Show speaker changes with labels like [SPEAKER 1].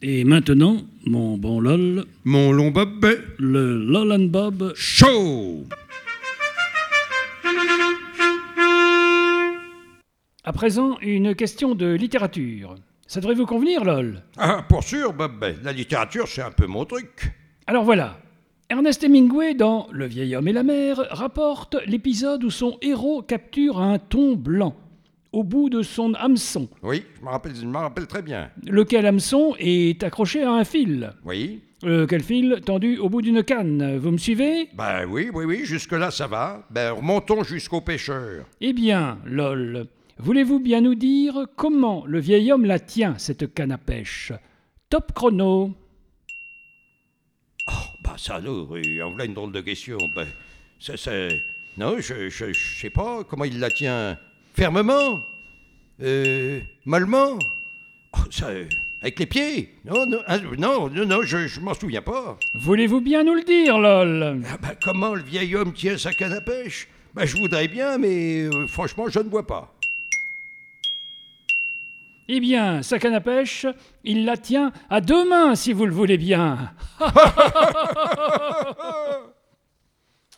[SPEAKER 1] Et maintenant, mon bon LOL,
[SPEAKER 2] Mon long bob
[SPEAKER 1] le LOL and Bob.
[SPEAKER 2] chaud.
[SPEAKER 1] À présent, une question de littérature. Ça devrait vous convenir, LOL
[SPEAKER 2] Ah, pour sûr, Bob. La littérature, c'est un peu mon truc.
[SPEAKER 1] Alors voilà. Ernest Hemingway, dans Le vieil homme et la mer, rapporte l'épisode où son héros capture un thon blanc au bout de son hameçon,
[SPEAKER 2] Oui, je me rappelle, je me rappelle très bien.
[SPEAKER 1] lequel hameçon est accroché à un fil.
[SPEAKER 2] Oui.
[SPEAKER 1] Euh, quel fil tendu au bout d'une canne, vous me suivez
[SPEAKER 2] Ben oui, oui, oui, jusque-là, ça va. Ben, remontons jusqu'au pêcheur.
[SPEAKER 1] Eh bien, lol, voulez-vous bien nous dire comment le vieil homme la tient, cette canne à pêche Top chrono
[SPEAKER 2] Oh, bah ça, alors, euh, en voilà une drôle de question. Ben, ça, c'est... Non, je, je, je sais pas comment il la tient. Fermement Euh... Mollement oh, ça... euh, Avec les pieds Non, non, ah, non, non, non, je, je m'en souviens pas.
[SPEAKER 1] Voulez-vous bien nous le dire, lol
[SPEAKER 2] Ah ben, comment le vieil homme tient sa canne à pêche ben, Je voudrais bien, mais euh, franchement, je ne vois pas.
[SPEAKER 1] Eh bien, sa canne à pêche, il la tient à deux mains, si vous le voulez bien